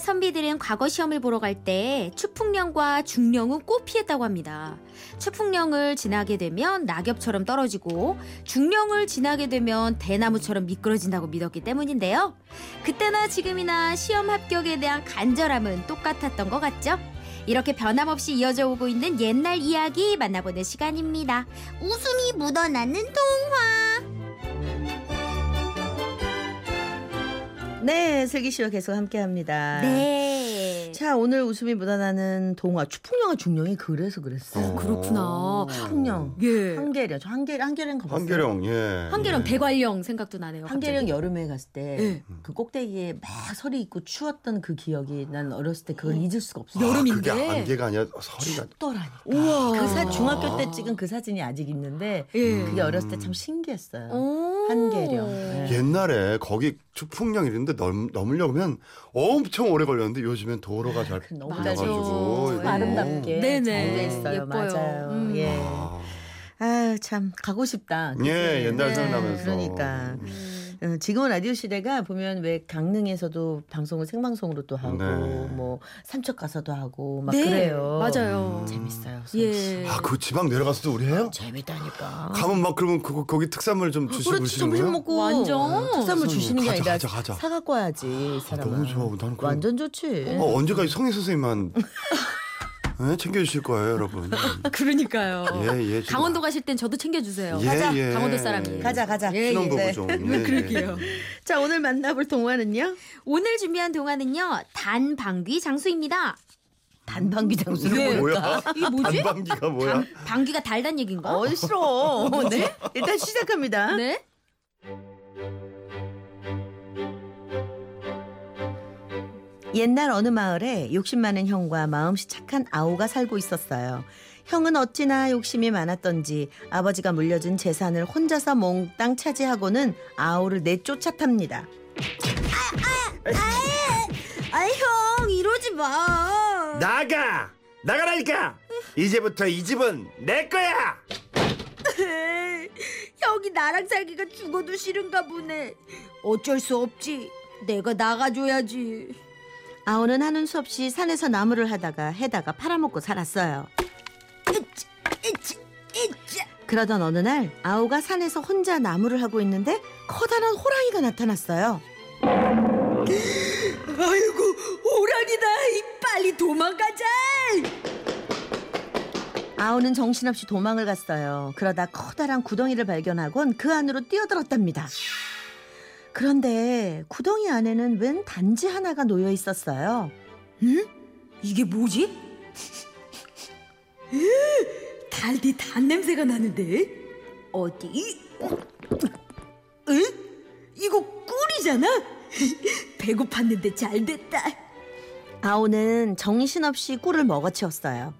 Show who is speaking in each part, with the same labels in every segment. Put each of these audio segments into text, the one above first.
Speaker 1: 선비들은 과거 시험을 보러 갈 때 추풍령과 중령은 꼭 피했다고 합니다. 추풍령을 지나게 되면 낙엽처럼 떨어지고 중령을 지나게 되면 대나무처럼 미끄러진다고 믿었기 때문인데요. 그때나 지금이나 시험 합격에 대한 간절함은 똑같았던 것 같죠? 이렇게 변함없이 이어져 오고 있는 옛날 이야기 만나보는 시간입니다.
Speaker 2: 웃음이 묻어나는 동화.
Speaker 3: 네, 슬기 씨와 계속 함께 합니다.
Speaker 1: 네.
Speaker 3: 자, 오늘 웃음이 묻어나는 동화 추풍령아 중령이 그래서 그랬어요.
Speaker 1: 아, 그렇구나.
Speaker 3: 풍령.
Speaker 1: 예.
Speaker 3: 한계령. 저 한계 한계령 가봤어요.
Speaker 4: 한계령 예.
Speaker 1: 한계령 대관령 생각도 나네요. 갑자기.
Speaker 3: 한계령 여름에 갔을 때 그
Speaker 1: 예.
Speaker 3: 꼭대기에 막 서리 있고 추웠던 그 기억이 난 어렸을 때 그걸 잊을 수가 없어요.
Speaker 1: 여름인데.
Speaker 4: 아, 그게 안개가 아니라 서리가
Speaker 3: 춥더라니까.
Speaker 1: 우와.
Speaker 3: 그 사, 중학교 때 찍은 그 사진이 아직 있는데
Speaker 1: 예.
Speaker 3: 그게 어렸을 때 참 신기했어요.
Speaker 1: 오.
Speaker 3: 한계령.
Speaker 1: 네.
Speaker 3: 예.
Speaker 4: 옛날에 거기 추풍령 이랬는데 넘, 넘으려고 하면 엄청 오래 걸렸는데 요즘엔 도로가 잘
Speaker 3: 그 너무
Speaker 1: 맞아.
Speaker 4: 나가지고
Speaker 1: 예.
Speaker 3: 참 아름답게
Speaker 1: 네네.
Speaker 3: 잘 돼있어요.
Speaker 1: 예뻐요.
Speaker 3: 맞아요.
Speaker 1: 음.
Speaker 3: 예.
Speaker 4: 아,
Speaker 3: 아참 가고 싶다. 그치?
Speaker 4: 예, 옛날
Speaker 1: 네.
Speaker 4: 생각나면서.
Speaker 3: 그러니까.
Speaker 1: 음.
Speaker 3: 어, 지금은 라디오 시대가 보면 왜 강릉에서도 방송을 생방송으로 또 하고
Speaker 4: 네.
Speaker 3: 뭐 삼척 가서도 하고 막
Speaker 1: 네.
Speaker 3: 그래요.
Speaker 1: 맞아요.
Speaker 3: 재밌어요. 예.
Speaker 1: 예.
Speaker 4: 아, 그 지방 내려가서도 우리 해요?
Speaker 3: 재밌다니까.
Speaker 4: 가면 막 그러면 그거 거기 특산물 좀 주시고
Speaker 3: 아. 그렇지
Speaker 4: 그러시는
Speaker 3: 점심
Speaker 4: 거예요? 어,
Speaker 3: 먹고
Speaker 1: 완전.
Speaker 3: 특산물
Speaker 4: 선생님,
Speaker 3: 주시는 게
Speaker 4: 가자,
Speaker 3: 아니라
Speaker 4: 가자, 가자.
Speaker 3: 사 갖고 와야지.
Speaker 4: 아,
Speaker 3: 사람
Speaker 4: 너무 좋아. 나는 그거
Speaker 3: 완전 예. 좋지.
Speaker 4: 어, 언제까지 성희 선생님만 예, 챙겨주실 거예요, 여러분.
Speaker 1: 그러니까요.
Speaker 4: 예, 예. 진짜.
Speaker 1: 어. 강원도 가실 땐 저도 챙겨주세요.
Speaker 4: 예,
Speaker 3: 가자.
Speaker 4: 예.
Speaker 1: 강원도 사람이에요.
Speaker 3: 가자 가자.
Speaker 1: 예,
Speaker 4: 신혼부부
Speaker 3: 네.
Speaker 4: 좀. 예,
Speaker 1: 그러게요.
Speaker 3: 자 오늘 만나볼 동화는요.
Speaker 1: 오늘 준비한 동화는요. 단방귀 장수입니다.
Speaker 3: 단방귀 장수는
Speaker 4: 예.
Speaker 3: 뭐예요?
Speaker 4: 뭐야?
Speaker 1: 이게 뭐지?
Speaker 4: 단방기가 뭐야?
Speaker 1: 단- 방귀가 달단 얘기인가?
Speaker 3: 아, 어 싫어. 네. 일단 시작합니다.
Speaker 1: 네.
Speaker 3: 옛날 어느 마을에 욕심 많은 형과 마음씨 착한 아오가 살고 있었어요. 형은 어찌나 욕심이 많았던지 아버지가 물려준 재산을 혼자서 몽땅 차지하고는 아오를 내쫓아 탑니다.
Speaker 2: 아형 이러지 마.
Speaker 4: 나가! 나가라니까! 이제부터 이 집은 내 거야!
Speaker 2: 형이 나랑 살기가 죽어도 싫은가 보네. 어쩔 수 없지. 내가 나가줘야지.
Speaker 3: 아오는 하는 수 없이 산에서 나무를 하다가 해다가 팔아먹고 살았어요.
Speaker 2: 이치 이치.
Speaker 3: 그러던 어느 날 아오가 산에서 혼자 나무를 하고 있는데 커다란 호랑이가 나타났어요.
Speaker 2: 아이고 호랑이다. 빨리 도망가자.
Speaker 3: 아오는 정신없이 도망을 갔어요. 그러다 커다란 구덩이를 발견하곤 그 안으로 뛰어들었답니다. 그런데 구덩이 안에는 웬 단지 하나가 놓여 있었어요.
Speaker 2: 이게 뭐지? 으, 달디 단 냄새가 나는데 어디? 으? 이거 꿀이잖아. 배고팠는데 잘 됐다.
Speaker 3: 아오는 정신없이 꿀을 먹어치웠어요.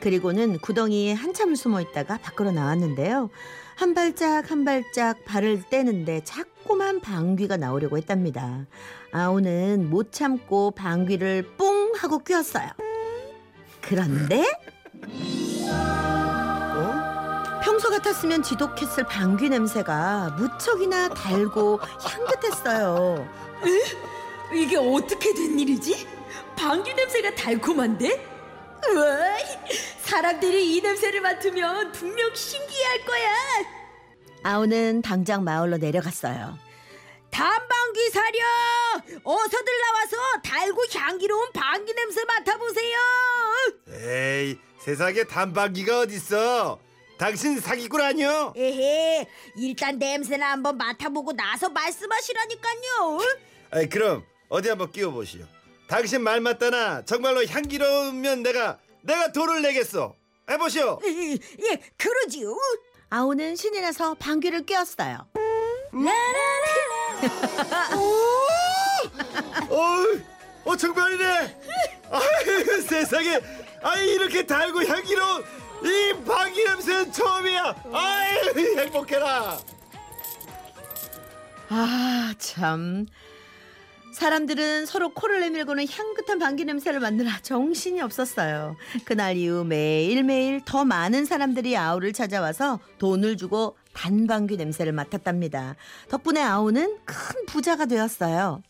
Speaker 3: 그리고는 구덩이에 한참을 숨어 있다가 밖으로 나왔는데요. 한 발짝 한 발짝 발을 떼는데 자꾸만 방귀가 나오려고 했답니다. 아오는 못 참고 방귀를 뿡 하고 뀌었어요. 그런데
Speaker 4: 어?
Speaker 3: 평소 같았으면 지독했을 방귀 냄새가 무척이나 달고 향긋했어요.
Speaker 2: 이게 어떻게 된 일이지? 방귀 냄새가 달콤한데? 으아이, 사람들이 이 냄새를 맡으면 분명 신기할 거야.
Speaker 3: 아오는 당장 마을로 내려갔어요.
Speaker 2: 단방귀 사려! 어서들 나와서 달고 향기로운 방귀 냄새 맡아보세요.
Speaker 4: 에이, 세상에 단방기가 어딨어? 당신 사기꾼 아니요?
Speaker 2: 에헤, 일단 냄새나 한번 맡아보고 나서 말씀하시라니까요.
Speaker 4: 아이, 그럼 어디 한번 끼워보시오. 당신 말 맞다나 정말로 향기로우면 내가 내가 돈을 내겠어. 해보시오.
Speaker 2: 예, 예, 그러지요.
Speaker 3: 아오는 신이 나서 방귀를 뀌었어요.
Speaker 4: 어이, 어 정말이네. 아유 세상에, 아이 이렇게 달고 향기로운 이 방귀 냄새는 처음이야. 아유 행복해라.
Speaker 3: 아, 참. 사람들은 서로 코를 내밀고는 향긋한 방귀 냄새를 맡느라 정신이 없었어요. 그날 이후 매일매일 더 많은 사람들이 아오를 찾아와서 돈을 주고 단방귀 냄새를 맡았답니다. 덕분에 아오는 큰 부자가 되었어요.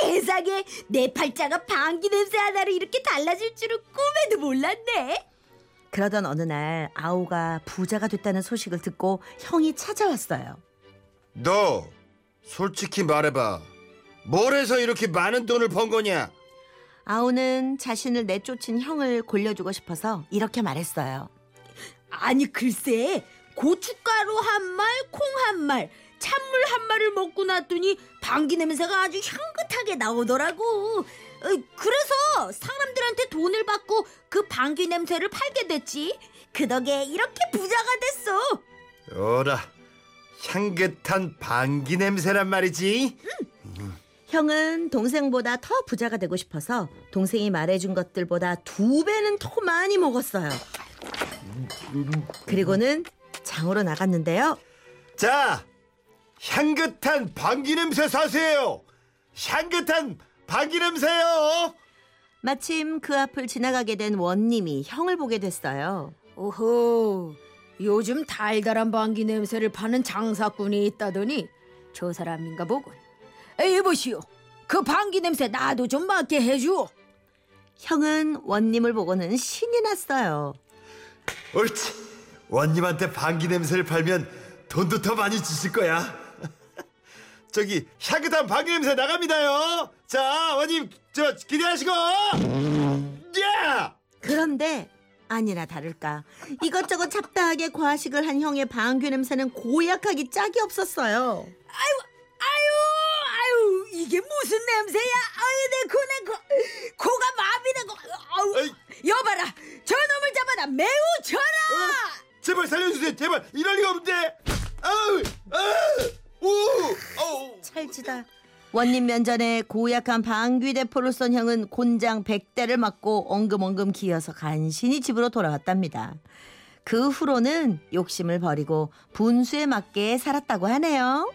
Speaker 2: 세상에 내 팔자가 방귀 냄새 하나로 이렇게 달라질 줄은 꿈에도 몰랐네.
Speaker 3: 그러던 어느 날 아오가 부자가 됐다는 소식을 듣고 형이 찾아왔어요.
Speaker 4: 너 솔직히 말해봐. 뭘 해서 이렇게 많은 돈을 번 거냐?
Speaker 3: 아오는 자신을 내쫓은 형을 골려주고 싶어서 이렇게 말했어요.
Speaker 2: 아니 글쎄 고춧가루 한 말, 콩 한 말, 찬물 한 말을 먹고 놨더니 방귀 냄새가 아주 향긋하게 나오더라고. 어, 그래서 사람들한테 돈을 받고 그 방귀 냄새를 팔게 됐지. 그 덕에 이렇게 부자가 됐어.
Speaker 4: 어라, 향긋한 방귀 냄새란 말이지.
Speaker 3: 형은 동생보다 더 부자가 되고 싶어서 동생이 말해준 것들보다 두 배는 더 많이 먹었어요. 그리고는 장으로 나갔는데요.
Speaker 4: 자, 향긋한 방귀 냄새 사세요. 향긋한 방귀 냄새요.
Speaker 3: 마침 그 앞을 지나가게 된 원님이 형을 보게 됐어요.
Speaker 2: 오호, 요즘 달달한 방귀 냄새를 파는 장사꾼이 있다더니 저 사람인가 보군. 에이, 보시오. 그 방귀 냄새 나도 좀 맡게 해주오.
Speaker 3: 형은 원님을 보고는 신이 났어요.
Speaker 4: 옳지. 원님한테 방귀 냄새를 팔면 돈도 더 많이 주실 거야. 저기 향긋한 방귀 냄새 나갑니다요. 자, 원님 저 기대하시고. 야!
Speaker 3: 그런데 아니나 다를까 이것저것 잡다하게 과식을 한 형의 방귀 냄새는 고약하기 짝이 없었어요.
Speaker 2: 아유, 아유, 이게 무슨 냄새야? 아유, 내 코, 내 코, 코가 마비는 거. 아우,
Speaker 4: 에이,
Speaker 2: 여봐라, 저 놈을 잡아라, 매우 쳐라.
Speaker 4: 제발 살려주세요. 제발 이럴 리가 없는데. 아우, 아우, 오, 아우.
Speaker 3: 찰지다. 원님 면전에 고약한 방귀 대포를 쏜 형은 곤장 100대를 맞고 엉금엉금 기어서 간신히 집으로 돌아왔답니다. 그 후로는 욕심을 버리고 분수에 맞게 살았다고 하네요.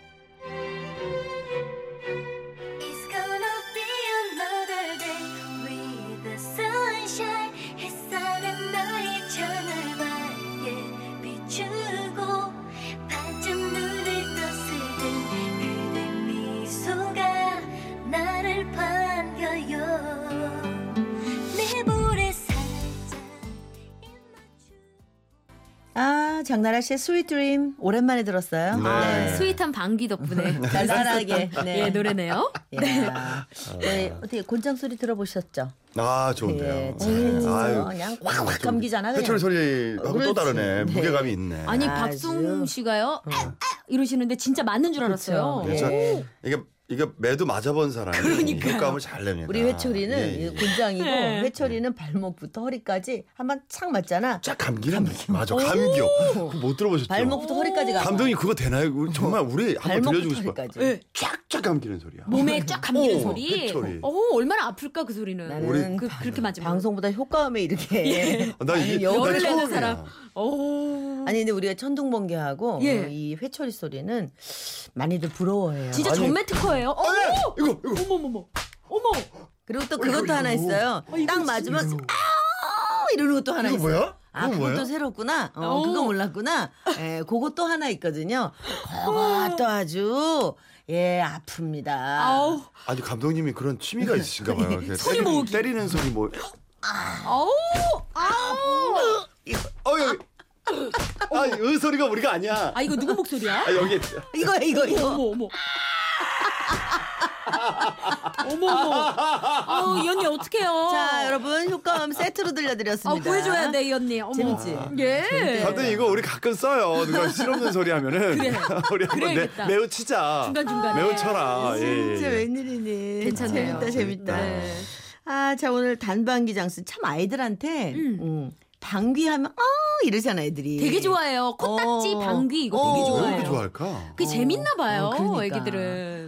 Speaker 5: It's gonna be another day with the sunshine 햇살은 너의 창을 밝게 비추고 반짝 눈을 떴을 때 그대 미소가 나를 반겨요 내 볼에 살짝
Speaker 3: 아 장나라 씨의 스윗 드림 오랜만에 들었어요.
Speaker 4: 네.
Speaker 1: 스윗한 방귀 덕분에
Speaker 3: 달달하게. 네.
Speaker 1: 예 노래네요.
Speaker 3: 야. 네, 어떻게 곤장 소리 들어보셨죠?
Speaker 4: 아
Speaker 3: 예,
Speaker 4: 좋은데요.
Speaker 3: 진짜
Speaker 4: 아유,
Speaker 3: 그냥 확확 감기잖아 그냥.
Speaker 4: 해철 소리하고
Speaker 3: 그렇지.
Speaker 4: 또
Speaker 3: 네.
Speaker 4: 다르네. 무게감이 있네.
Speaker 1: 아니
Speaker 3: 아주.
Speaker 1: 박송 씨가요
Speaker 2: 어.
Speaker 1: 아, 아, 이러시는데 진짜 맞는 줄 알았어요.
Speaker 2: 네.
Speaker 4: 그래서
Speaker 3: 네.
Speaker 4: 이게 이게 매도 맞아본 사람이
Speaker 1: 그러니까요.
Speaker 4: 효과음을 잘 냅니다.
Speaker 3: 우리 회철이는
Speaker 4: 예, 예.
Speaker 3: 이 곤장이고 회철이는 발목부터 허리까지 한번 착 맞잖아.
Speaker 4: 진짜 감기란 느낌. 맞아 감기요. 그거 못 들어보셨죠?
Speaker 3: 발목부터 허리까지 가.
Speaker 4: 감독님 그거 되나요? 우리 정말 우리 한번 들려주고
Speaker 3: 발목부터
Speaker 4: 싶어요.
Speaker 3: 허리까지.
Speaker 1: 예.
Speaker 4: 쫙쫙 감기는 소리야.
Speaker 2: 어.
Speaker 1: 몸에 쫙 감기는
Speaker 4: 오,
Speaker 1: 소리.
Speaker 4: 회초리.
Speaker 1: 어 얼마나 아플까 그 소리는.
Speaker 3: 나는
Speaker 1: 그 그렇게 맞으면.
Speaker 3: 방송보다 효과음에 이렇게.
Speaker 4: 나
Speaker 3: 아니,
Speaker 4: 이게
Speaker 1: 열을
Speaker 3: 열을
Speaker 4: 나
Speaker 1: 내는
Speaker 4: 처음이야. 그-
Speaker 1: 사람. 어. 오.
Speaker 3: 아니 근데 우리가 천둥번개하고
Speaker 1: 예.
Speaker 3: 이 회철이 소리는 많이들 부러워해요.
Speaker 1: 진짜 전매 특허예요. 어,
Speaker 4: 네. 이거 이거
Speaker 1: 어머머머. 어머.
Speaker 3: 그리고 또 그것도
Speaker 4: 이거,
Speaker 3: 하나
Speaker 4: 아, 이거.
Speaker 3: 있어요. 딱 맞으면 아우 이러는 것도 하나
Speaker 4: 이거
Speaker 3: 있어요.
Speaker 4: 뭐야?
Speaker 3: 아,
Speaker 4: 이거 뭐야?
Speaker 3: 그것도 새롭구나. 어,
Speaker 1: 오.
Speaker 3: 그거 몰랐구나. 예, 그것도 하나 있거든요. 그것도 아주 예 아픕니다.
Speaker 1: 아우.
Speaker 4: 아니 감독님이 그런 취미가 있으신가 봐요. 이렇게
Speaker 1: 소리
Speaker 4: 때리-
Speaker 1: 모으기.
Speaker 4: 때리는 소리 뭐.
Speaker 1: 아우. 아우.
Speaker 4: 어 여기. 아, 이 소리가 우리가 아니야.
Speaker 1: 아 이거 누구 목소리야?
Speaker 4: 아, 여기
Speaker 3: 이거 이거 이거.
Speaker 1: 어머 어머. 어머 어머. 아우 이 언니 어떡해요?
Speaker 3: 자 여러분 효과음 세트로 들려드렸습니다.
Speaker 1: 아 구해줘야 돼 이 언니. 어머.
Speaker 3: 재밌지?
Speaker 1: 예.
Speaker 4: 감독님 이거 우리 가끔 써요. 누가 실없는 소리 하면은
Speaker 1: 그래.
Speaker 4: 우리 한번 내,
Speaker 1: 그래야겠다.
Speaker 4: 매우 치자.
Speaker 1: 중간중간에.
Speaker 4: 매우 쳐라. 예, 예,
Speaker 3: 어, 진짜
Speaker 4: 예.
Speaker 3: 웬일이니.
Speaker 1: 괜찮네요.
Speaker 3: 재밌다 재밌다.
Speaker 1: 네.
Speaker 3: 아, 자 오늘 단방귀 장수 참 아이들한테 음. 방귀하면 어 이러잖아 애들이.
Speaker 1: 되게 좋아해요. 코딱지
Speaker 3: 어.
Speaker 1: 방귀 이거
Speaker 3: 어,
Speaker 1: 되게
Speaker 4: 어, 왜
Speaker 1: 좋아해요.
Speaker 4: 이렇게 좋아할까?
Speaker 1: 그게 재밌나 봐요.
Speaker 3: 어, 그러니까.
Speaker 1: 애기들은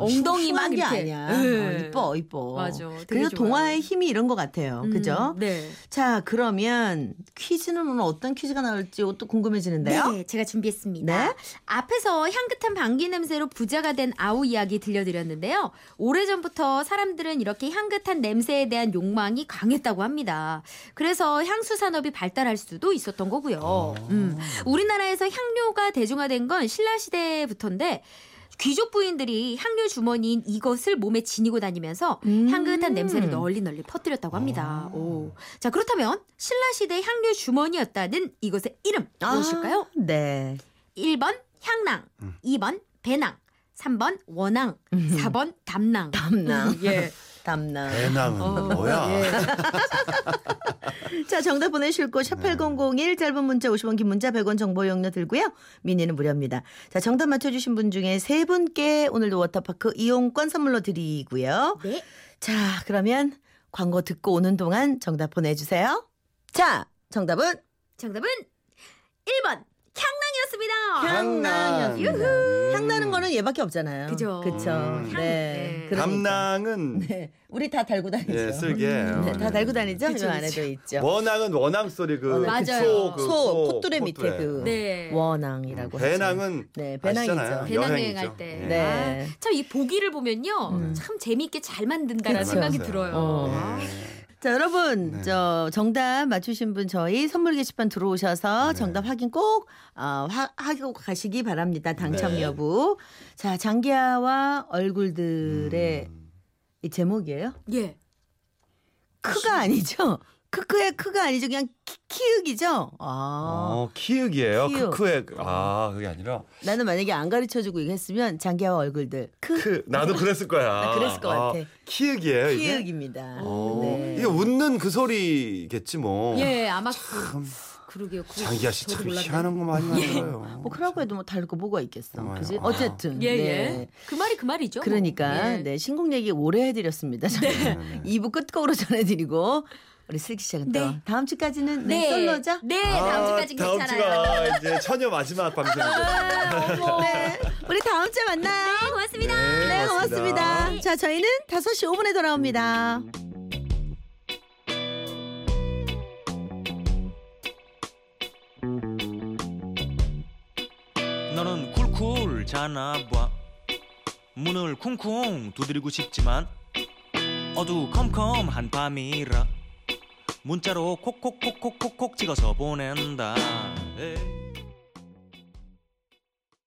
Speaker 1: 엉덩이 막
Speaker 3: 한
Speaker 1: 이렇게.
Speaker 3: 게 아니야.
Speaker 1: 예.
Speaker 3: 어, 이뻐 이뻐.
Speaker 1: 맞아. 되게
Speaker 3: 그래서
Speaker 1: 좋아요.
Speaker 3: 동화의 힘이 이런 것 같아요.
Speaker 1: 음,
Speaker 3: 그죠?
Speaker 1: 네.
Speaker 3: 자 그러면 퀴즈는 오늘 어떤 퀴즈가 나올지 또 궁금해지는데요.
Speaker 1: 네, 제가 준비했습니다.
Speaker 3: 네?
Speaker 1: 앞에서 향긋한 방귀 냄새로 부자가 된 아우 이야기 들려드렸는데요. 오래전부터 사람들은 이렇게 향긋한 냄새에 대한 욕망이 강했다고 합니다. 그래서 향수 산업이 발달할 수도 있었던
Speaker 3: 아.
Speaker 1: 거고요. 음, 우리나라에서 향료가 대중화된 건 신라 시대부터인데 귀족 부인들이 향료 주머니인 이것을 몸에 지니고 다니면서
Speaker 3: 음. 아.
Speaker 1: 향긋한 냄새를 널리 널리 퍼뜨렸다고 합니다. 오. 자, 그렇다면 신라 시대 향료 주머니였다는 이것의 이름
Speaker 3: 아.
Speaker 1: 무엇일까요?
Speaker 3: 네.
Speaker 1: 1번 향낭,
Speaker 4: 음.
Speaker 1: 2번 배낭, 3번 원앙, 4번 담낭.
Speaker 3: 담낭.
Speaker 1: 예.
Speaker 3: 담낭.
Speaker 4: 배낭은 뭐야?
Speaker 1: 네.
Speaker 3: 자, 정답 보내실 곳,
Speaker 4: 네.
Speaker 3: 샵8001, 짧은 문자 50원, 긴 문자 100원 정보 용료 들고요. 미니는 무료입니다. 자, 정답 맞춰주신 분 중에 세 분께 오늘도 워터파크 이용권 선물로 드리고요.
Speaker 1: 네.
Speaker 3: 자, 그러면 광고 듣고 오는 동안 정답 보내주세요. 자, 정답은
Speaker 1: 정답은 1번 향낭이었습니다.
Speaker 3: 향낭.
Speaker 4: 유후.
Speaker 3: 향나는 거는 얘밖에 없잖아요.
Speaker 1: 그죠.
Speaker 3: 그쵸.
Speaker 4: 음.
Speaker 1: 향,
Speaker 3: 네.
Speaker 1: 네.
Speaker 3: 그러니까.
Speaker 4: 담낭은
Speaker 3: 네. 우리 다 달고 다니죠.
Speaker 4: 예, 쓸개.
Speaker 3: 네, 다
Speaker 4: 어,
Speaker 3: 달고 다니죠? 그
Speaker 1: 그쵸,
Speaker 3: 안에도
Speaker 1: 그쵸.
Speaker 3: 있죠.
Speaker 4: 원앙은 원앙 소리 그
Speaker 1: 맞아요.
Speaker 4: 소, 그
Speaker 3: 소,
Speaker 4: 소,
Speaker 3: 콧두레 밑에 그
Speaker 1: 네.
Speaker 3: 원앙이라고 하죠.
Speaker 4: 음, 배낭은
Speaker 3: 네,
Speaker 4: 아시잖아요.
Speaker 3: 배낭이죠.
Speaker 1: 배낭
Speaker 4: 여행이죠.
Speaker 1: 여행할 때.
Speaker 4: 예.
Speaker 3: 네.
Speaker 1: 참 이 보기를 보면요.
Speaker 4: 네.
Speaker 1: 참 재미있게 잘 만든다라는
Speaker 3: 그쵸.
Speaker 1: 생각이
Speaker 4: 맞아요.
Speaker 1: 들어요.
Speaker 3: 어. 자, 여러분,
Speaker 4: 네.
Speaker 3: 저 정답 맞추신 분 저희 선물 게시판
Speaker 4: 네.
Speaker 3: 들어오셔서 정답 확인 꼭 어, 하, 하고 가시기 바랍니다. 당첨
Speaker 4: 네.
Speaker 3: 여부. 자, 장기하와 얼굴들의
Speaker 4: 음.
Speaker 3: 이 제목이에요?
Speaker 1: 예.
Speaker 3: 크가 아니죠? 크크의 크가 아니죠? 그냥 키, 키읔이죠? 아.
Speaker 4: 어, 키읔이에요.
Speaker 3: 키읔.
Speaker 4: 크크의 아 그게 아니라
Speaker 3: 나는 만약에 안 가르쳐 주고 이거 했으면 장기하와 얼굴들 크
Speaker 4: 크 나도 그랬을 거야.
Speaker 3: 나 그랬을 것
Speaker 4: 아,
Speaker 3: 같아.
Speaker 4: 키읔이에요 이게.
Speaker 3: 키읔입니다.
Speaker 4: 어,
Speaker 3: 네.
Speaker 4: 이게 웃는 그 소리겠지 뭐.
Speaker 1: 예, 아마 그, 그러게요. 그거
Speaker 4: 장기아 씨
Speaker 1: 저도
Speaker 4: 참
Speaker 1: 몰랐네요.
Speaker 4: 희한한 거 많이 만들어요.
Speaker 3: 뭐 크라고 해도 뭐 다를 거 뭐가 있겠어.
Speaker 4: 정말.
Speaker 3: 그지?
Speaker 4: 아.
Speaker 3: 어쨌든.
Speaker 1: 예,
Speaker 3: 네.
Speaker 1: 예. 그 말이 그 말이죠. 뭐.
Speaker 3: 그러니까
Speaker 1: 예. 네.
Speaker 3: 네 신곡 얘기 오래 해드렸습니다. 저는
Speaker 4: 네,
Speaker 3: 2부 끝곡으로 전해드리고 우리 슬기 씨는 또
Speaker 1: 네.
Speaker 3: 다음 주까지는 네,
Speaker 1: 네.
Speaker 3: 솔로죠?
Speaker 1: 네, 다음 주까지
Speaker 4: 다음
Speaker 1: 괜찮아요.
Speaker 4: 주가 이제 처녀 마지막 방송이죠.
Speaker 3: 네. 우리 다음 주에 만나요.
Speaker 1: 네, 고맙습니다.
Speaker 4: 네,
Speaker 3: 네, 고맙습니다. 자, 저희는 5시 5분에 돌아옵니다.
Speaker 6: 너는 쿨쿨 자나 봐 문을 쿵쿵 두드리고 싶지만 어두컴컴한 밤이라 문자로 콕콕콕콕콕콕 찍어서 보낸다 에이.